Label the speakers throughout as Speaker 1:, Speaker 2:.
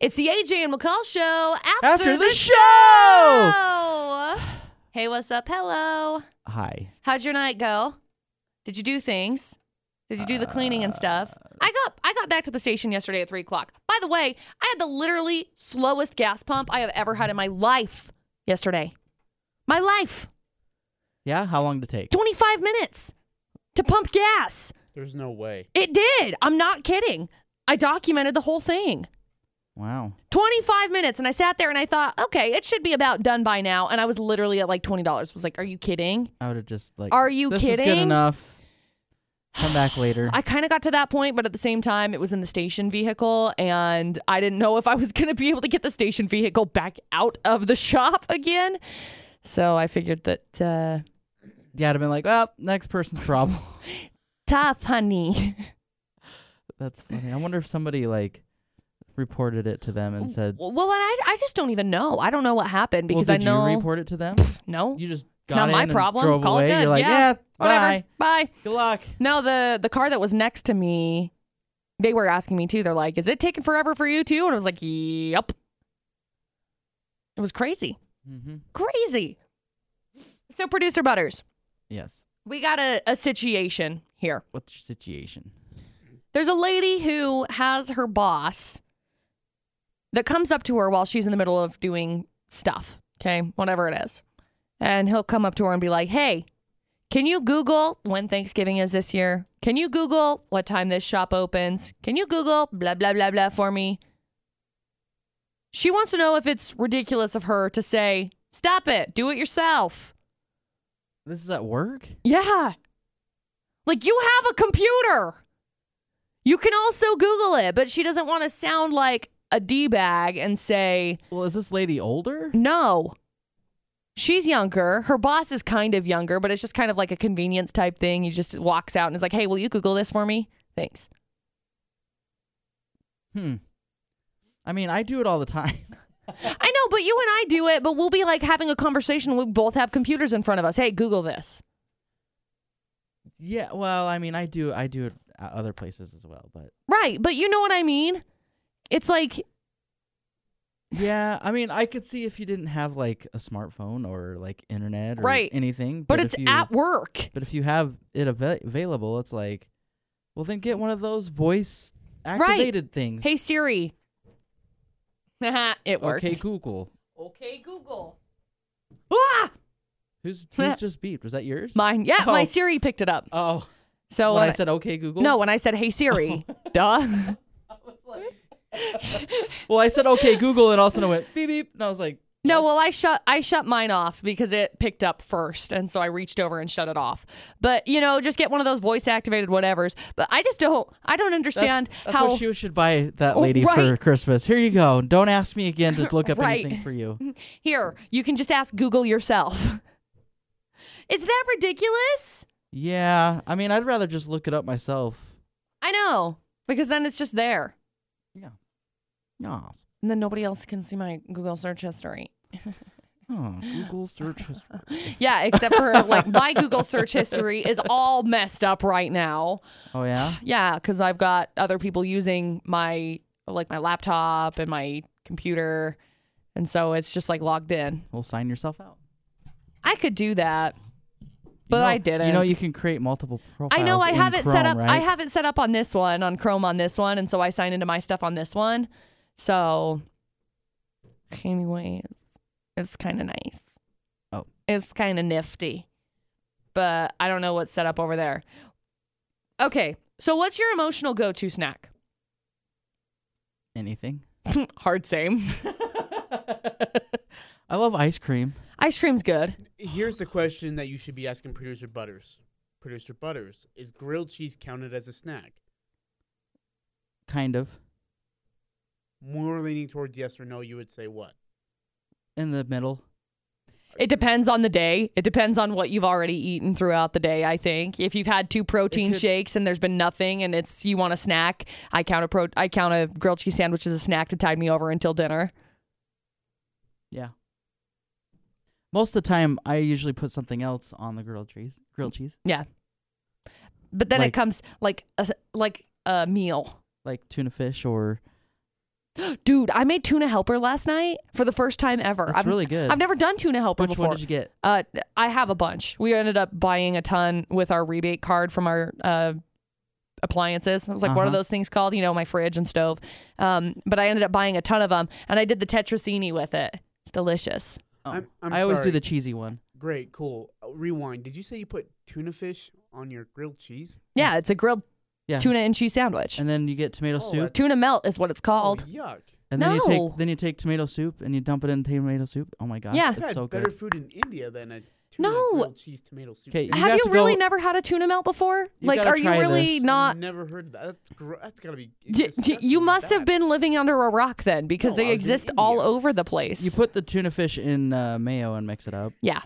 Speaker 1: It's the AJ and McCall show after,
Speaker 2: After the show!
Speaker 1: show. Hey, what's up? Hello.
Speaker 2: Hi.
Speaker 1: How'd your night go? Did you do things? Did you do the cleaning and stuff?
Speaker 2: Uh,
Speaker 1: I got I got back to the station yesterday at three o'clock. By the way, I had the literally slowest gas pump I have ever had in my life yesterday. My life.
Speaker 2: Yeah, how long to take?
Speaker 1: 25 minutes to pump gas.
Speaker 3: There's no way.
Speaker 1: It did. I'm not kidding. I documented the whole thing.
Speaker 2: Wow.
Speaker 1: 25 minutes and I sat there and I thought, okay, it should be about done by now. And I was literally at like $20. was like, are you kidding?
Speaker 2: I would have just like.
Speaker 1: Are you
Speaker 2: this Is
Speaker 1: kidding?
Speaker 2: good enough. Come back later.
Speaker 1: I kind of got to that point, but at the same time, it was in the station vehicle and I didn't know if I was going to be able to get the station vehicle back out of the shop again. So I figured that, uh,
Speaker 2: yeah, I'd have been like, well, next person's problem.
Speaker 1: tough, honey.
Speaker 2: That's funny. I wonder if somebody like reported it to them and said,
Speaker 1: Well, and I, I just don't even know. I don't know what happened because
Speaker 2: well, did
Speaker 1: I know.
Speaker 2: you report it to them?
Speaker 1: no.
Speaker 2: You just
Speaker 1: It's
Speaker 2: got
Speaker 1: not
Speaker 2: in
Speaker 1: my
Speaker 2: and
Speaker 1: problem.
Speaker 2: drove
Speaker 1: Call it
Speaker 2: away.
Speaker 1: good.
Speaker 2: You're like,
Speaker 1: Yeah.
Speaker 2: yeah,
Speaker 1: Whatever.
Speaker 2: bye.
Speaker 1: Bye.
Speaker 2: Good luck.
Speaker 1: No, the the car that was next to me, they were asking me too. They're like, "Is it taking forever for you too?" And I was like, "Yep." It was crazy,
Speaker 2: Mm-hmm.
Speaker 1: crazy. So, producer Butters,
Speaker 2: Yes.
Speaker 1: we got a, a situation here.
Speaker 2: What's your situation?
Speaker 1: There's a lady who has her boss that comes up to her while she's in the middle of doing stuff, okay, whatever it is. And he'll come up to her and be like, hey, can you Google when Thanksgiving is this year? Can you Google what time this shop opens? Can you Google blah, blah, blah, blah for me? She wants to know if it's ridiculous of her to say, stop it, do it yourself.
Speaker 2: This is at work.
Speaker 1: Yeah. Like you have a computer. You can also Google it, but she doesn't want to sound like a D bag and say,
Speaker 2: Well, is this lady older?
Speaker 1: no. She's younger. Her boss is kind of younger, but it's just kind of like a convenience type thing. He just walks out and is like, hey, will you Google this for me? Thanks.
Speaker 2: Hmm. I mean, I do it all the time.
Speaker 1: I know, but you and I do it, but we'll be like having a conversation. We both have computers in front of us. Hey, Google this.
Speaker 2: Yeah, well, I mean, I do, I do it at other places as well, but
Speaker 1: Right. But you know what I mean? It's like,
Speaker 2: yeah, I mean, I could see if you didn't have like a smartphone or like internet or
Speaker 1: Right.
Speaker 2: anything,
Speaker 1: but,
Speaker 2: but,
Speaker 1: it's
Speaker 2: if you,
Speaker 1: at work.
Speaker 2: But if you have it ava- available, it's like, well, then get one of those voice activated things.
Speaker 1: Hey Siri. it worked.
Speaker 2: okay, Google.
Speaker 1: Okay, Google. Ah!
Speaker 2: Who's who's just beeped? Was that yours?
Speaker 1: Mine. Yeah, my
Speaker 2: Oh.
Speaker 1: Siri picked it up.
Speaker 2: Oh,
Speaker 1: So
Speaker 2: when
Speaker 1: when
Speaker 2: I said okay, Google.
Speaker 1: no, when I said "Hey Siri," duh.
Speaker 2: Well, I said okay, Google, and all of a sudden I went beep beep, and I was like,
Speaker 1: No, well, I shut I shut mine off because it picked up first, and so I reached over and shut it off. But you know, just get one of those voice activated whatevers. But I just don't I don't
Speaker 2: that's,
Speaker 1: understand
Speaker 2: that's
Speaker 1: how
Speaker 2: what she should buy that
Speaker 1: Oh,
Speaker 2: lady for
Speaker 1: right.
Speaker 2: Christmas. Here you go. Don't ask me again to look up
Speaker 1: Right.
Speaker 2: anything for you.
Speaker 1: here you can just ask Google yourself. Is that ridiculous?
Speaker 2: Yeah, I mean, I'd rather just look it up myself.
Speaker 1: I know because then it's just there.
Speaker 2: Yeah. No.
Speaker 1: And then nobody else can see my Google search history.
Speaker 2: Oh, Google search history.
Speaker 1: Yeah, except for like my Google search history is all messed up right now.
Speaker 2: Oh yeah.
Speaker 1: Yeah, because I've got other people using my like my laptop and my computer, and so it's just like logged in.
Speaker 2: Well, sign yourself out.
Speaker 1: I could do that.
Speaker 2: You
Speaker 1: But
Speaker 2: know-
Speaker 1: I didn't.
Speaker 2: You know, you can create multiple profiles.
Speaker 1: I know I
Speaker 2: in
Speaker 1: have it set up.
Speaker 2: Chrome,
Speaker 1: I
Speaker 2: right?
Speaker 1: have it set up on this one, on Chrome on this one, and so I sign into my stuff on this one. So, anyways, it's kind of nice.
Speaker 2: Oh.
Speaker 1: it's kind of nifty, but I don't know what's set up over there. Okay, so what's your emotional go-to snack?
Speaker 2: anything.
Speaker 1: Hard same.
Speaker 2: I love ice cream.
Speaker 1: Ice cream's good.
Speaker 3: Here's the question that you should be asking producer Butters. Producer Butters, is grilled cheese counted as a snack?
Speaker 2: Kind of.
Speaker 3: More leaning towards yes or no, you would say what?
Speaker 2: In the middle.
Speaker 1: It depends on the day. It depends on what you've already eaten throughout the day, I think. If you've had two protein
Speaker 2: could-
Speaker 1: shakes and there's been nothing and it's you want a snack, I count a pro I count a grilled cheese sandwich as a snack to tide me over until dinner.
Speaker 2: Yeah. Most of the time, I usually put something else on the grilled cheese. Grilled cheese,
Speaker 1: But then it
Speaker 2: Like-
Speaker 1: comes like a, like a meal.
Speaker 2: like tuna fish or
Speaker 1: Dude, I made tuna helper last night for the first time ever.
Speaker 2: That's
Speaker 1: I've,
Speaker 2: really good.
Speaker 1: I've never done tuna helper
Speaker 2: Which
Speaker 1: before.
Speaker 2: one did you get?
Speaker 1: Uh, I have a bunch. We ended up buying a ton with our rebate card from our uh, appliances. It was like what are
Speaker 2: Uh-huh.
Speaker 1: those things called? You know, my fridge and stove. Um, but I ended up buying a ton of them, and I did the tetrasini with it. It's delicious.
Speaker 2: Oh,
Speaker 3: I'm- I'm
Speaker 2: I always do
Speaker 3: sorry.
Speaker 2: the cheesy one.
Speaker 3: Great, cool. Uh, Rewind. Did you say you put tuna fish on your grilled cheese?
Speaker 1: Yeah, it's a grilled
Speaker 2: Yeah.
Speaker 1: tuna and cheese sandwich.
Speaker 2: And then you get tomato
Speaker 3: Oh,
Speaker 2: soup.
Speaker 3: that's-
Speaker 1: tuna melt is what it's
Speaker 3: Oh,
Speaker 1: called.
Speaker 3: yuck.
Speaker 2: And then you
Speaker 1: No.
Speaker 2: take then you take tomato soup and you dump it in tomato soup. Oh my gosh,
Speaker 1: Yeah.
Speaker 3: I've
Speaker 2: it's
Speaker 3: had
Speaker 2: so
Speaker 3: better
Speaker 2: good.
Speaker 3: food in India than a tuna
Speaker 1: No.
Speaker 3: grilled cheese tomato soup.
Speaker 2: 'Kay,
Speaker 3: sandwich.
Speaker 2: you
Speaker 1: Have
Speaker 2: have
Speaker 1: you
Speaker 2: to
Speaker 1: really
Speaker 2: go-
Speaker 1: never had a tuna melt before?
Speaker 2: You
Speaker 1: like,
Speaker 2: gotta
Speaker 1: are you
Speaker 2: try
Speaker 1: really
Speaker 2: this.
Speaker 1: not?
Speaker 3: I've never heard that. That's gr- that's gotta be.
Speaker 1: D- d- you
Speaker 3: disgustingly
Speaker 1: must have
Speaker 3: bad. Oh,
Speaker 1: been living under a rock then, because they
Speaker 3: No, I was in
Speaker 1: exist all
Speaker 3: India.
Speaker 1: over the place.
Speaker 2: You put the tuna fish in uh, mayo and mix it up.
Speaker 1: yeah.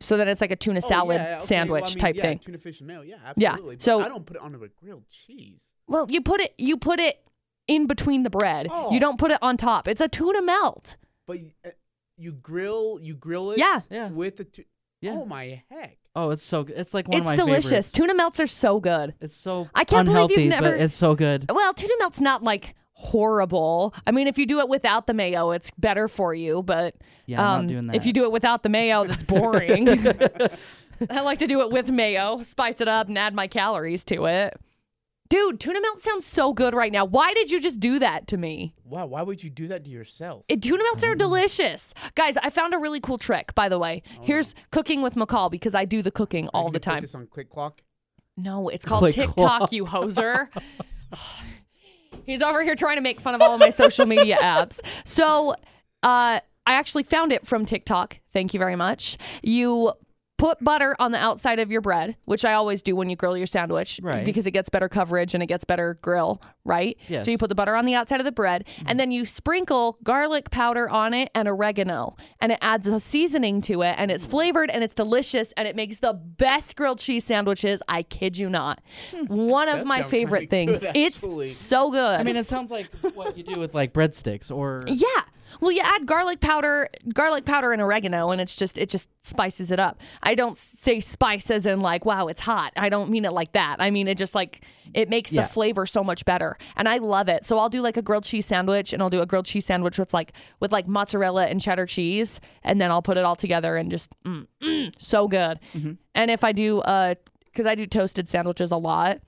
Speaker 1: So then it's like a tuna
Speaker 3: Oh,
Speaker 1: salad
Speaker 3: yeah, okay, well,
Speaker 1: sandwich
Speaker 3: I mean,
Speaker 1: type
Speaker 3: yeah,
Speaker 1: thing.
Speaker 3: Tuna fish and mayo. Yeah,
Speaker 1: Yeah,
Speaker 3: absolutely. but
Speaker 1: so-
Speaker 3: I don't put it onto a grilled cheese.
Speaker 1: Well, you put it you put it in between the bread.
Speaker 3: Oh.
Speaker 1: You don't put it on top. It's a tuna melt.
Speaker 3: But you, uh, you grill you grill it.
Speaker 1: Yeah.
Speaker 2: Yeah.
Speaker 3: With the. Tu-
Speaker 2: Yeah.
Speaker 3: Oh my heck.
Speaker 2: Oh, it's so good. It's like one
Speaker 1: it's
Speaker 2: of my
Speaker 1: delicious.
Speaker 2: favorites.
Speaker 1: Tuna melts are so good.
Speaker 2: It's so
Speaker 1: I can't believe
Speaker 2: unhealthy,
Speaker 1: you've never- Oh,
Speaker 2: but it's so good.
Speaker 1: Well, tuna melt's not like horrible. I mean, if you do it without the mayo, it's better for you, but
Speaker 2: Yeah, I'm
Speaker 1: um,
Speaker 2: not doing that.
Speaker 1: if you do it without the mayo, that's boring. I like to do it with mayo, spice it up and add my calories to it. Dude, tuna melt sounds so good right now. Why did you just do that to me?
Speaker 3: Wow. Why would you do that to yourself?
Speaker 1: It, tuna melts are delicious. Guys, I found a really cool trick, by the way. Here's cooking with McCall because I do the cooking
Speaker 3: Are you
Speaker 1: all the
Speaker 3: gonna Put
Speaker 1: time.
Speaker 3: this on click clock.
Speaker 1: No, it's called
Speaker 2: Click
Speaker 1: TikTok,
Speaker 2: clock.
Speaker 1: you hoser. He's over here trying to make fun of all of my social media apps. So uh, I actually found it from TikTok. Thank you very much. You put butter on the outside of your bread, which I always do when you grill your sandwich
Speaker 2: Right.
Speaker 1: because it gets better coverage and it gets better grill, right?
Speaker 2: Yes.
Speaker 1: So you put the butter on the outside of the bread
Speaker 3: Mm-hmm.
Speaker 1: and then you sprinkle garlic powder on it and oregano and it adds a seasoning to it and it's flavored and it's delicious and it makes the best grilled cheese sandwiches. I kid you not. One of
Speaker 3: Hmm. That
Speaker 1: my
Speaker 3: sounds
Speaker 1: favorite
Speaker 3: pretty good,
Speaker 1: things. it's
Speaker 3: actually.
Speaker 1: so good.
Speaker 2: I mean, it sounds like what you do with like breadsticks or
Speaker 1: Yeah. Well, you add garlic powder, garlic powder and oregano, and it's just it just spices it up. I don't say spice as in like wow, it's hot. I don't mean it like that. I mean it just like it makes
Speaker 2: Yeah.
Speaker 1: the flavor so much better, and I love it. So I'll do like a grilled cheese sandwich, and I'll do a grilled cheese sandwich with like with like mozzarella and cheddar cheese, and then I'll put it all together and just mm, mm, so good. And if I do uh, because I do toasted sandwiches a lot,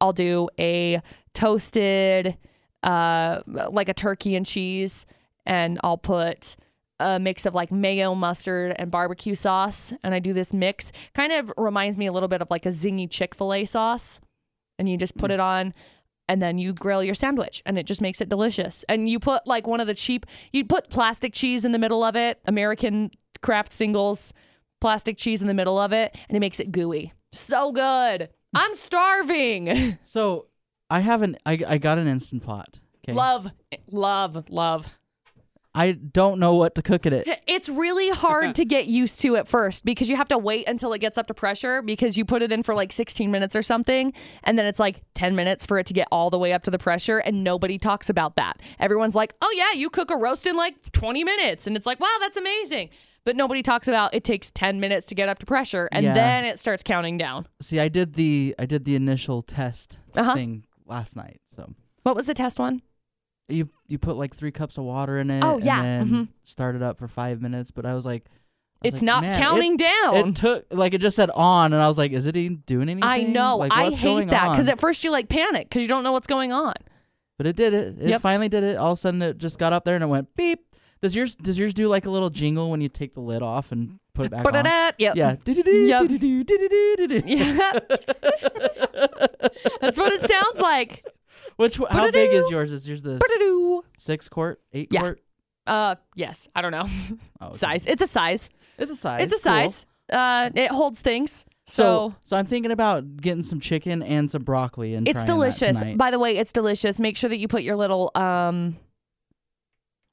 Speaker 1: I'll do a toasted uh, like a turkey and cheese, and I'll put a mix of like mayo, mustard, and barbecue sauce. And I do this mix. Kind of reminds me a little bit of like a zingy Chick fil A sauce. And you just put it on, and then you grill your sandwich, and it just makes it delicious. And you put like one of the cheap, you put plastic cheese in the middle of it, American craft singles, plastic cheese in the middle of it, and it makes it gooey. So good. I'm starving.
Speaker 2: So I haven't. I I got an instant pot. Okay.
Speaker 1: love, love, love.
Speaker 2: I don't know what to cook in it.
Speaker 1: It's really hard to get used to at first because you have to wait until it gets up to pressure because you put it in for like 16 minutes or something. And then it's like 10 minutes for it to get all the way up to the pressure. And nobody talks about that. Everyone's like, oh, yeah, you cook a roast in like 20 minutes. And it's like, wow, that's amazing. But nobody talks about it takes 10 minutes to get up to pressure. And
Speaker 2: Yeah.
Speaker 1: then it starts counting down.
Speaker 2: See, I did the I did the initial test
Speaker 1: Uh-huh.
Speaker 2: thing last night. So
Speaker 1: What was the test one?
Speaker 2: you you put like three cups of water in it.
Speaker 1: Oh, yeah,
Speaker 2: And then
Speaker 1: mhm.
Speaker 2: start it up for five minutes, but I was like, I was
Speaker 1: It's
Speaker 2: like,
Speaker 1: not
Speaker 2: "Man, it-
Speaker 1: counting down.
Speaker 2: It took like it just said on, and I was like, "Is it even doing anything?"
Speaker 1: I know.
Speaker 2: Like,
Speaker 1: I
Speaker 2: what's
Speaker 1: hate
Speaker 2: going
Speaker 1: that because
Speaker 2: on?
Speaker 1: at first you like panic because you don't know what's going on.
Speaker 2: But it did it. It
Speaker 1: Yep.
Speaker 2: finally did it. All of a sudden, it just got up there and it went beep. Does yours does yours do like a little jingle when you take the lid off and put it back on?
Speaker 1: Ba-da-da. Yep.
Speaker 2: Yeah.
Speaker 1: Yep.
Speaker 2: Do-do-do-do-do-do-do-do.
Speaker 1: Yeah. That's what it sounds like.
Speaker 2: Which one- how big is yours? Is yours the s-
Speaker 1: Ba-da-doo.
Speaker 2: six quart, eight
Speaker 1: Yeah.
Speaker 2: quart?
Speaker 1: Uh, yes. I don't know.
Speaker 2: Oh, okay.
Speaker 1: Size. It's a size.
Speaker 2: It's a size.
Speaker 1: It's a
Speaker 2: Cool.
Speaker 1: size. Uh, it holds things.
Speaker 2: So
Speaker 1: So,
Speaker 2: so I'm thinking about getting some chicken and some broccoli and
Speaker 1: it's
Speaker 2: trying that
Speaker 1: delicious.
Speaker 2: tonight.
Speaker 1: By the way, it's delicious. Make sure that you put your little um,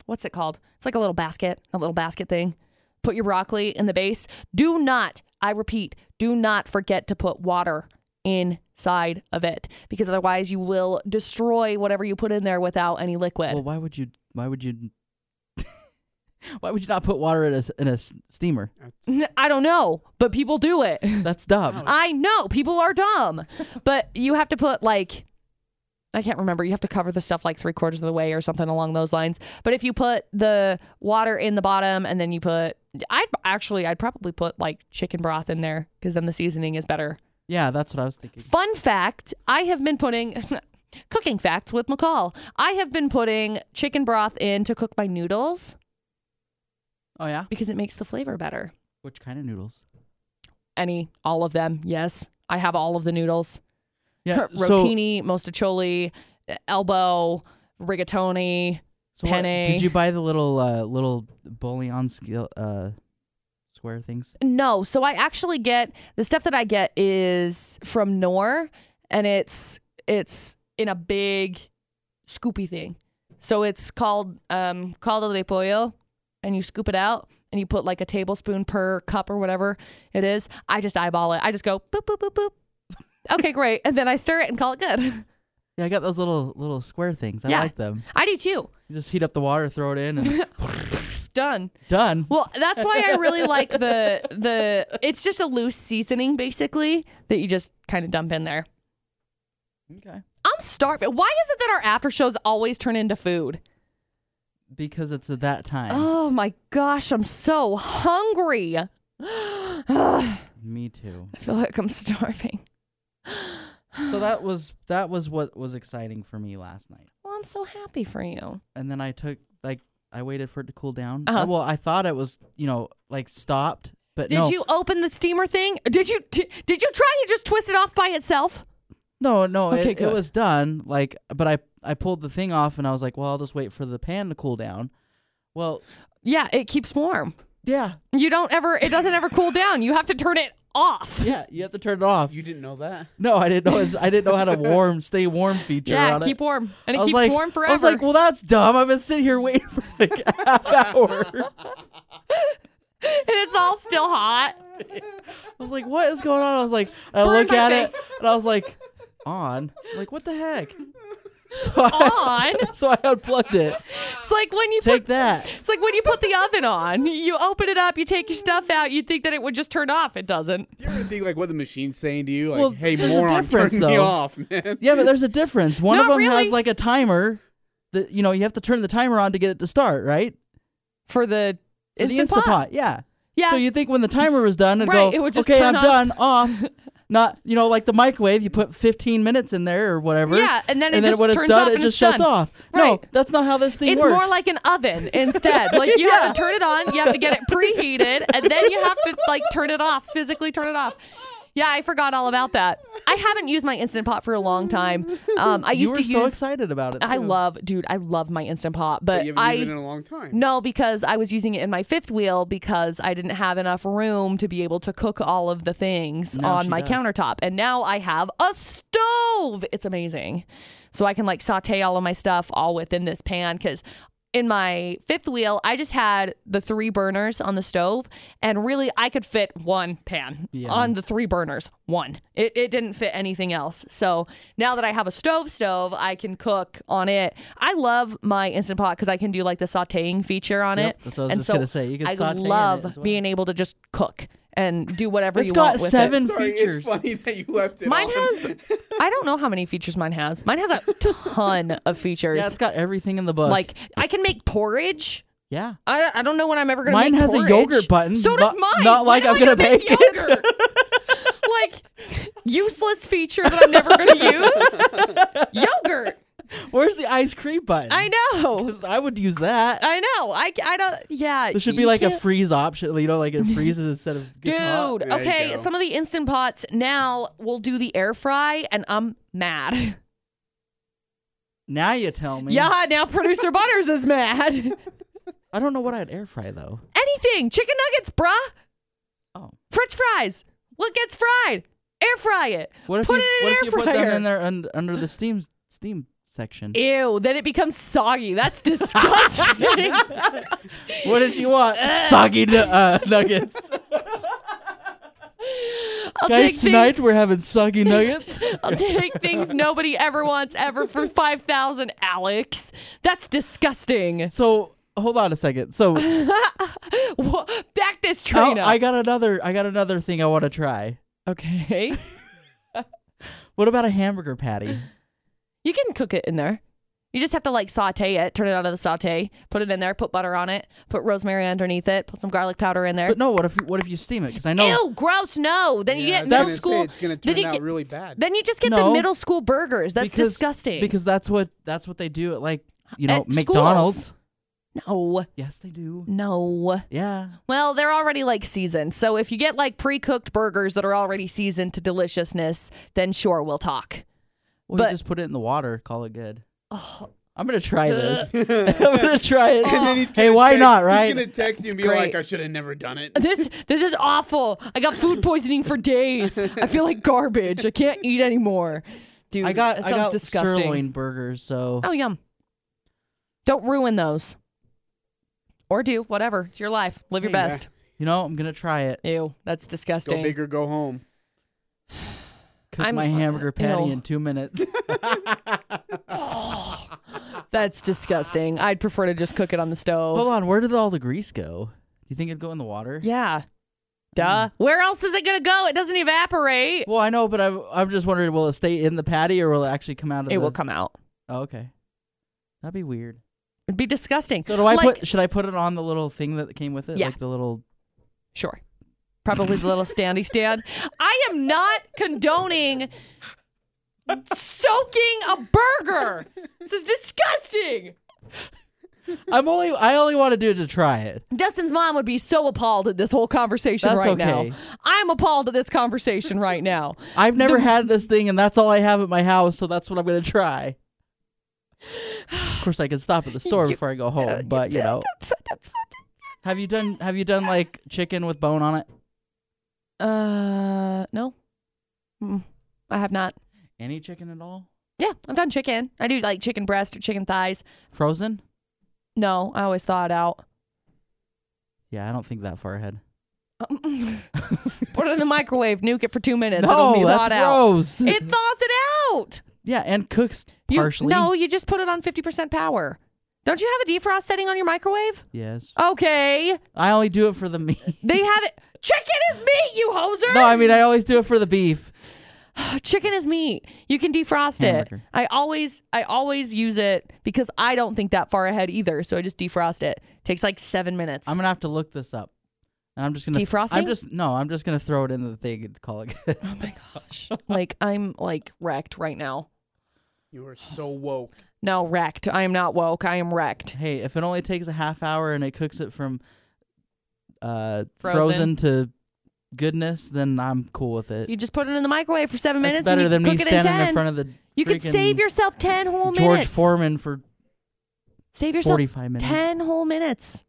Speaker 1: what's it called? It's like a little basket, a little basket thing. Put your broccoli in the base. Do not, I repeat, do not forget to put water inside of it because otherwise you will destroy whatever you put in there without any liquid.
Speaker 2: Well, why would you? Why would you? why would you not put water in a, s- in a s- steamer?
Speaker 3: That's-
Speaker 1: N- I don't know, but people do it.
Speaker 2: That's dumb.
Speaker 3: Ouch.
Speaker 1: I know people are dumb, but you have to put like I can't remember. You have to cover the stuff like three quarters of the way or something along those lines. But if you put the water in the bottom and then you put, I'd actually, I'd probably put like chicken broth in there because then the seasoning is better.
Speaker 2: Yeah, that's what I was thinking.
Speaker 1: Fun fact I have been putting cooking facts with McCall. I have been putting chicken broth in to cook my noodles
Speaker 2: Oh yeah,
Speaker 1: because it makes the flavor better.
Speaker 2: which kind of noodles?
Speaker 1: Any, all of them, yes. I have all of the noodles.
Speaker 2: Yeah,
Speaker 1: Rotini, mostaccioli, elbow, rigatoni.
Speaker 2: So, so what-
Speaker 1: penne.
Speaker 2: did you buy the little uh, little bouillon scale, uh, square things?
Speaker 1: No, so I actually get the stuff that I get is from Nor, and it's it's in a big scoopy thing. So it's called um, caldo de pollo, and you scoop it out and you put like a tablespoon per cup or whatever it is. I just eyeball it. I just go boop boop boop boop. Okay, great. And then I stir it and call it good.
Speaker 2: Yeah, I got those little little square things. I
Speaker 1: Yeah.
Speaker 2: like them.
Speaker 1: I do too.
Speaker 2: You just heat up the water, throw it in, and
Speaker 1: Done.
Speaker 2: done.
Speaker 1: Well, that's why I really like the the. It's just a loose seasoning, basically, that you just kind of dump in there.
Speaker 2: Okay.
Speaker 1: I'm starving. Why is it that our after shows always turn into food?
Speaker 2: Because it's at that time.
Speaker 1: Oh my gosh, I'm so hungry. I
Speaker 2: Me too.
Speaker 1: feel like I'm starving.
Speaker 2: So that was that was what was exciting for me last night.
Speaker 1: Well, I'm so happy for you.
Speaker 2: and then I took like I waited for it to cool down.
Speaker 1: Uh-huh.
Speaker 2: Uh, Well, I thought it was you know like stopped, but
Speaker 1: Did
Speaker 2: no,
Speaker 1: you open the steamer thing? Did you did, did you try to just twist it off by itself?
Speaker 2: no, no,
Speaker 1: Okay,
Speaker 2: it, it
Speaker 1: good.
Speaker 2: was done. Like, but I I pulled the thing off and I was like, well, I'll just wait for the pan to cool down. Well,
Speaker 1: Yeah, it keeps warm.
Speaker 2: yeah,
Speaker 1: You don't ever. It doesn't ever cool down. You have to turn it off.
Speaker 2: yeah, you have to turn it off.
Speaker 3: You didn't know that.
Speaker 2: No, I didn't know. It's, I didn't know how to warm, stay warm feature.
Speaker 1: Yeah,
Speaker 2: on
Speaker 1: keep
Speaker 2: it.
Speaker 1: warm, and it
Speaker 2: I was
Speaker 1: keeps
Speaker 2: like-
Speaker 1: warm forever.
Speaker 2: I was like, well, that's dumb. I've been sitting here waiting for like a half hour.
Speaker 1: and it's all still hot.
Speaker 2: I was like, what is going on? I was like, I
Speaker 1: Burn
Speaker 2: look
Speaker 1: my
Speaker 2: at
Speaker 1: face.
Speaker 2: it and I was like, on. I'm like, what the heck? So I,
Speaker 1: On.
Speaker 2: so I unplugged it.
Speaker 1: It's like when you put
Speaker 2: Take that.
Speaker 1: It's like when you put the oven on, you open it up, you take your stuff out, you'd think that it would just turn off. It doesn't.
Speaker 3: Do you ever think like what the machine's saying to you? Like,
Speaker 2: Well,
Speaker 3: hey,
Speaker 2: there's a
Speaker 3: moron, turn
Speaker 2: difference,
Speaker 3: me
Speaker 2: though.
Speaker 3: off, man.
Speaker 2: Yeah, but there's a difference. One of
Speaker 1: Not
Speaker 2: them
Speaker 1: really.
Speaker 2: has like a timer that you know you have to turn the timer on to get it to start, right?
Speaker 1: For the
Speaker 2: For the
Speaker 1: Instant Pot.
Speaker 2: yeah.
Speaker 1: Yeah.
Speaker 2: So you think when the timer was done, it'd
Speaker 1: Right,
Speaker 2: go,
Speaker 1: it would just
Speaker 2: okay,
Speaker 1: turn
Speaker 2: I'm
Speaker 1: off."
Speaker 2: done, off. Not you know like the microwave, you put 15 minutes in there or whatever.
Speaker 1: yeah, and then
Speaker 2: And,
Speaker 1: it
Speaker 2: then
Speaker 1: just
Speaker 2: when it's
Speaker 1: turns
Speaker 2: done,
Speaker 1: off
Speaker 2: it
Speaker 1: and
Speaker 2: just
Speaker 1: it's
Speaker 2: shuts
Speaker 1: done.
Speaker 2: off.
Speaker 1: Right.
Speaker 2: No, that's not how this thing
Speaker 1: It's
Speaker 2: works.
Speaker 1: more like an oven instead. Like you have to turn it on, you have to get it preheated, and then you have to like turn it off, physically turn it off. Yeah, I forgot all about that. I haven't used my instant pot for a long time. Um, I
Speaker 2: you
Speaker 1: used
Speaker 2: were
Speaker 1: to
Speaker 2: so
Speaker 1: use.
Speaker 2: excited about it.
Speaker 1: I
Speaker 2: too.
Speaker 1: love, dude. I love my instant pot, but,
Speaker 3: You haven't
Speaker 1: I
Speaker 3: used it in a long time.
Speaker 1: No, because I was using it in my fifth wheel because I didn't have enough room to be able to cook all of the things
Speaker 2: Now
Speaker 1: on
Speaker 2: she
Speaker 1: my
Speaker 2: does.
Speaker 1: countertop. And now I have a stove. It's amazing. So I can like saute all of my stuff all within this pan because in my fifth wheel, I just had the three burners on the stove, and really I could fit one pan
Speaker 2: Yeah.
Speaker 1: on the three burners. One. It, it didn't fit anything else. So now that I have a stove stove, I can cook on it. I love my Instant Pot because I can do like the sauteing feature on
Speaker 2: Yep,
Speaker 1: it.
Speaker 2: that's what I was
Speaker 1: and
Speaker 2: just
Speaker 1: so
Speaker 2: gonna say. You can
Speaker 1: I
Speaker 2: saute in it
Speaker 1: love
Speaker 2: as well.
Speaker 1: being able to just cook and do whatever
Speaker 2: It's
Speaker 1: you
Speaker 2: got
Speaker 1: want with it.
Speaker 2: seven
Speaker 3: Sorry,
Speaker 2: features.
Speaker 3: it's funny that you left it.
Speaker 1: Mine
Speaker 3: on.
Speaker 1: has, I don't know how many features mine has. Mine has a ton of features.
Speaker 2: Yeah, it's got everything in the book.
Speaker 1: Like I can make porridge.
Speaker 2: yeah.
Speaker 1: I, I don't know when I'm ever gonna
Speaker 2: Mine
Speaker 1: make
Speaker 2: has a
Speaker 1: porridge.
Speaker 2: yogurt button,
Speaker 1: So does
Speaker 2: not-
Speaker 1: mine.
Speaker 2: not
Speaker 1: Why
Speaker 2: like
Speaker 1: am
Speaker 2: I'm
Speaker 1: I gonna
Speaker 2: gonna
Speaker 1: make
Speaker 2: make it.
Speaker 1: yogurt. like useless feature that I'm never gonna use. yogurt.
Speaker 2: Where's the ice cream button?
Speaker 1: I know.
Speaker 2: 'Cause I would use that.
Speaker 1: I know. I, I don't. Yeah.
Speaker 2: There should be
Speaker 1: you
Speaker 2: like a
Speaker 1: can't-
Speaker 2: freeze option. You know, like it freezes instead of
Speaker 1: Dude,
Speaker 2: guitar.
Speaker 3: There you
Speaker 1: okay.
Speaker 3: go.
Speaker 1: Some of the instant pots now will do the air fry, and I'm mad.
Speaker 2: Now you tell me.
Speaker 1: yeah, now producer Butters is mad.
Speaker 2: I don't know what I'd air fry though.
Speaker 1: Anything, chicken nuggets, bruh.
Speaker 2: Oh.
Speaker 1: French fries. What gets fried? Air fry it.
Speaker 2: What if
Speaker 1: put
Speaker 2: you
Speaker 1: it in
Speaker 2: what
Speaker 1: an
Speaker 2: if
Speaker 1: air
Speaker 2: you
Speaker 1: fryer.
Speaker 2: put them in there un- under the steam steam section?
Speaker 1: Ew, then it becomes soggy. That's disgusting.
Speaker 2: what did you want? Soggy nu- uh, nuggets.
Speaker 1: I'll take
Speaker 2: Guys, tonight
Speaker 1: things
Speaker 2: we're having soggy nuggets.
Speaker 1: I'll take things nobody ever wants ever for 5000 Alex. That's disgusting.
Speaker 2: so hold on a second. So oh,
Speaker 1: Wha- Back this train up.
Speaker 2: I got another I got another thing I want to try.
Speaker 1: okay.
Speaker 2: What about a hamburger patty?
Speaker 1: You can cook it in there. You just have to like saute it, turn it out of the saute, put it in there, put butter on it, put rosemary underneath it, put some garlic powder in there.
Speaker 2: But no, what if what if you steam it? Because I know
Speaker 1: Ew, gross, no. Then you
Speaker 3: Yeah,
Speaker 1: get
Speaker 3: I was
Speaker 1: middle
Speaker 3: gonna say,
Speaker 1: school.
Speaker 3: It's gonna
Speaker 1: then
Speaker 3: turn
Speaker 1: you
Speaker 3: out
Speaker 1: get-
Speaker 3: really bad.
Speaker 1: Then you just get the
Speaker 2: No.
Speaker 1: middle school burgers. That's
Speaker 2: because-
Speaker 1: disgusting.
Speaker 2: Because that's what that's what they do at like you know
Speaker 1: At
Speaker 2: McDonald's.
Speaker 1: schools. no,
Speaker 2: Yes, they do.
Speaker 1: no.
Speaker 2: Yeah,
Speaker 1: Well, they're already like seasoned. So if you get like pre-cooked burgers that are already seasoned to deliciousness, then sure, we'll talk.
Speaker 2: well,
Speaker 1: But-
Speaker 2: you just put it in the water, call it good.
Speaker 1: Oh,
Speaker 2: I'm gonna try this.
Speaker 3: and
Speaker 2: I'm gonna try it.
Speaker 3: then he's
Speaker 2: hey,
Speaker 3: gonna
Speaker 2: why
Speaker 3: text-
Speaker 2: not? Right?
Speaker 3: He's gonna text you and be
Speaker 1: great.
Speaker 3: like, "I should have never done it."
Speaker 1: this this is awful. I got food poisoning for days. I feel like garbage. I can't eat anymore. Dude,
Speaker 2: I got
Speaker 1: that
Speaker 2: I
Speaker 1: sounds
Speaker 2: got
Speaker 1: disgusting.
Speaker 2: sirloin burgers, so
Speaker 1: Oh yum. Don't ruin those. Or do, whatever. It's your life. Live your
Speaker 3: Yeah.
Speaker 1: best.
Speaker 2: you know I'm gonna try it.
Speaker 1: Ew, that's disgusting.
Speaker 3: Go big or go home.
Speaker 2: Cook
Speaker 1: I'm-
Speaker 2: my hamburger patty
Speaker 1: ew.
Speaker 2: in two minutes.
Speaker 1: That's disgusting. I'd prefer to just cook it on the stove.
Speaker 2: Hold on, where did all the grease go? Do you think it'd go in the water?
Speaker 1: yeah. Duh. Where else is it going to go? It doesn't evaporate.
Speaker 2: Well, I know, but I'm I'm just wondering, will it stay in the patty or will it actually come out of
Speaker 1: It
Speaker 2: the?
Speaker 1: will come out.
Speaker 2: Oh, okay. That'd be weird.
Speaker 1: It'd be disgusting.
Speaker 2: So do I
Speaker 1: Like-
Speaker 2: put? Should I put it on the little thing that came with it?
Speaker 1: Yeah.
Speaker 2: Like the little.
Speaker 1: Sure. Probably the little standy stand. I am not condoning soaking a burger. This is disgusting.
Speaker 2: I'm only. I only want to do it to try it.
Speaker 1: Dustin's mom would be so appalled at this whole conversation
Speaker 2: That's
Speaker 1: right
Speaker 2: okay.
Speaker 1: now. I'm appalled at this conversation right now.
Speaker 2: I've never had this thing, and that's all I have at my house, so that's what I'm gonna try. Of course, I could stop at the store before I go home, but you know. Have you done? Have you done like chicken with bone on it?
Speaker 1: Uh, no. Mm, I have not.
Speaker 2: Any chicken at all?
Speaker 1: Yeah, I've done chicken. I do like chicken breast or chicken thighs.
Speaker 2: Frozen?
Speaker 1: No, I always thaw it out.
Speaker 2: Yeah, I don't think that far ahead.
Speaker 1: Put it in the microwave, nuke it for two minutes. It'll be
Speaker 2: no, that's
Speaker 1: thawed out.
Speaker 2: gross.
Speaker 1: It thaws it out.
Speaker 2: yeah, and cooks
Speaker 1: You-
Speaker 2: partially.
Speaker 1: no, you just put it on 50% power. Don't you have a defrost setting on your microwave?
Speaker 2: Yes,
Speaker 1: Okay.
Speaker 2: I only do it for the meat.
Speaker 1: They have it. Chicken is meat, you hoser.
Speaker 2: no, I mean I always do it for the beef.
Speaker 1: chicken is meat. You can defrost it.
Speaker 2: Hamburger.
Speaker 1: I always I always use it because I don't think that far ahead either, so I just defrost it. Takes like 7 minutes.
Speaker 2: I'm gonna have to look this up, and I'm just gonna
Speaker 1: Defrosting?
Speaker 2: I'm just no, I'm just gonna throw it into the thing and call it. good.
Speaker 1: oh my gosh. like I'm like wrecked right now.
Speaker 3: You are so woke.
Speaker 1: No, wrecked. I am not woke. I am wrecked.
Speaker 2: hey, if it only takes a half hour and it cooks it from uh,
Speaker 1: Frozen.
Speaker 2: frozen. to goodness, then I'm cool with it.
Speaker 1: You just put it in the microwave for 7
Speaker 2: That's
Speaker 1: minutes and
Speaker 2: better
Speaker 1: you
Speaker 2: than me
Speaker 1: cook it in 10.
Speaker 2: standing in front of the
Speaker 1: you could save
Speaker 2: freaking
Speaker 1: yourself 10 whole
Speaker 2: George
Speaker 1: minutes.
Speaker 2: Foreman for
Speaker 1: Save yourself
Speaker 2: 45 minutes.
Speaker 1: 10 whole minutes.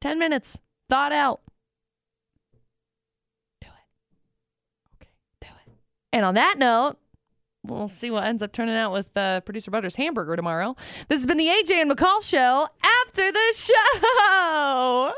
Speaker 1: 10 minutes. Thought out. Do it.
Speaker 2: Okay.
Speaker 1: Do it. And on that note, we'll see what ends up turning out with uh, producer Butter's hamburger tomorrow. This has been the AJ and McCall show after the show.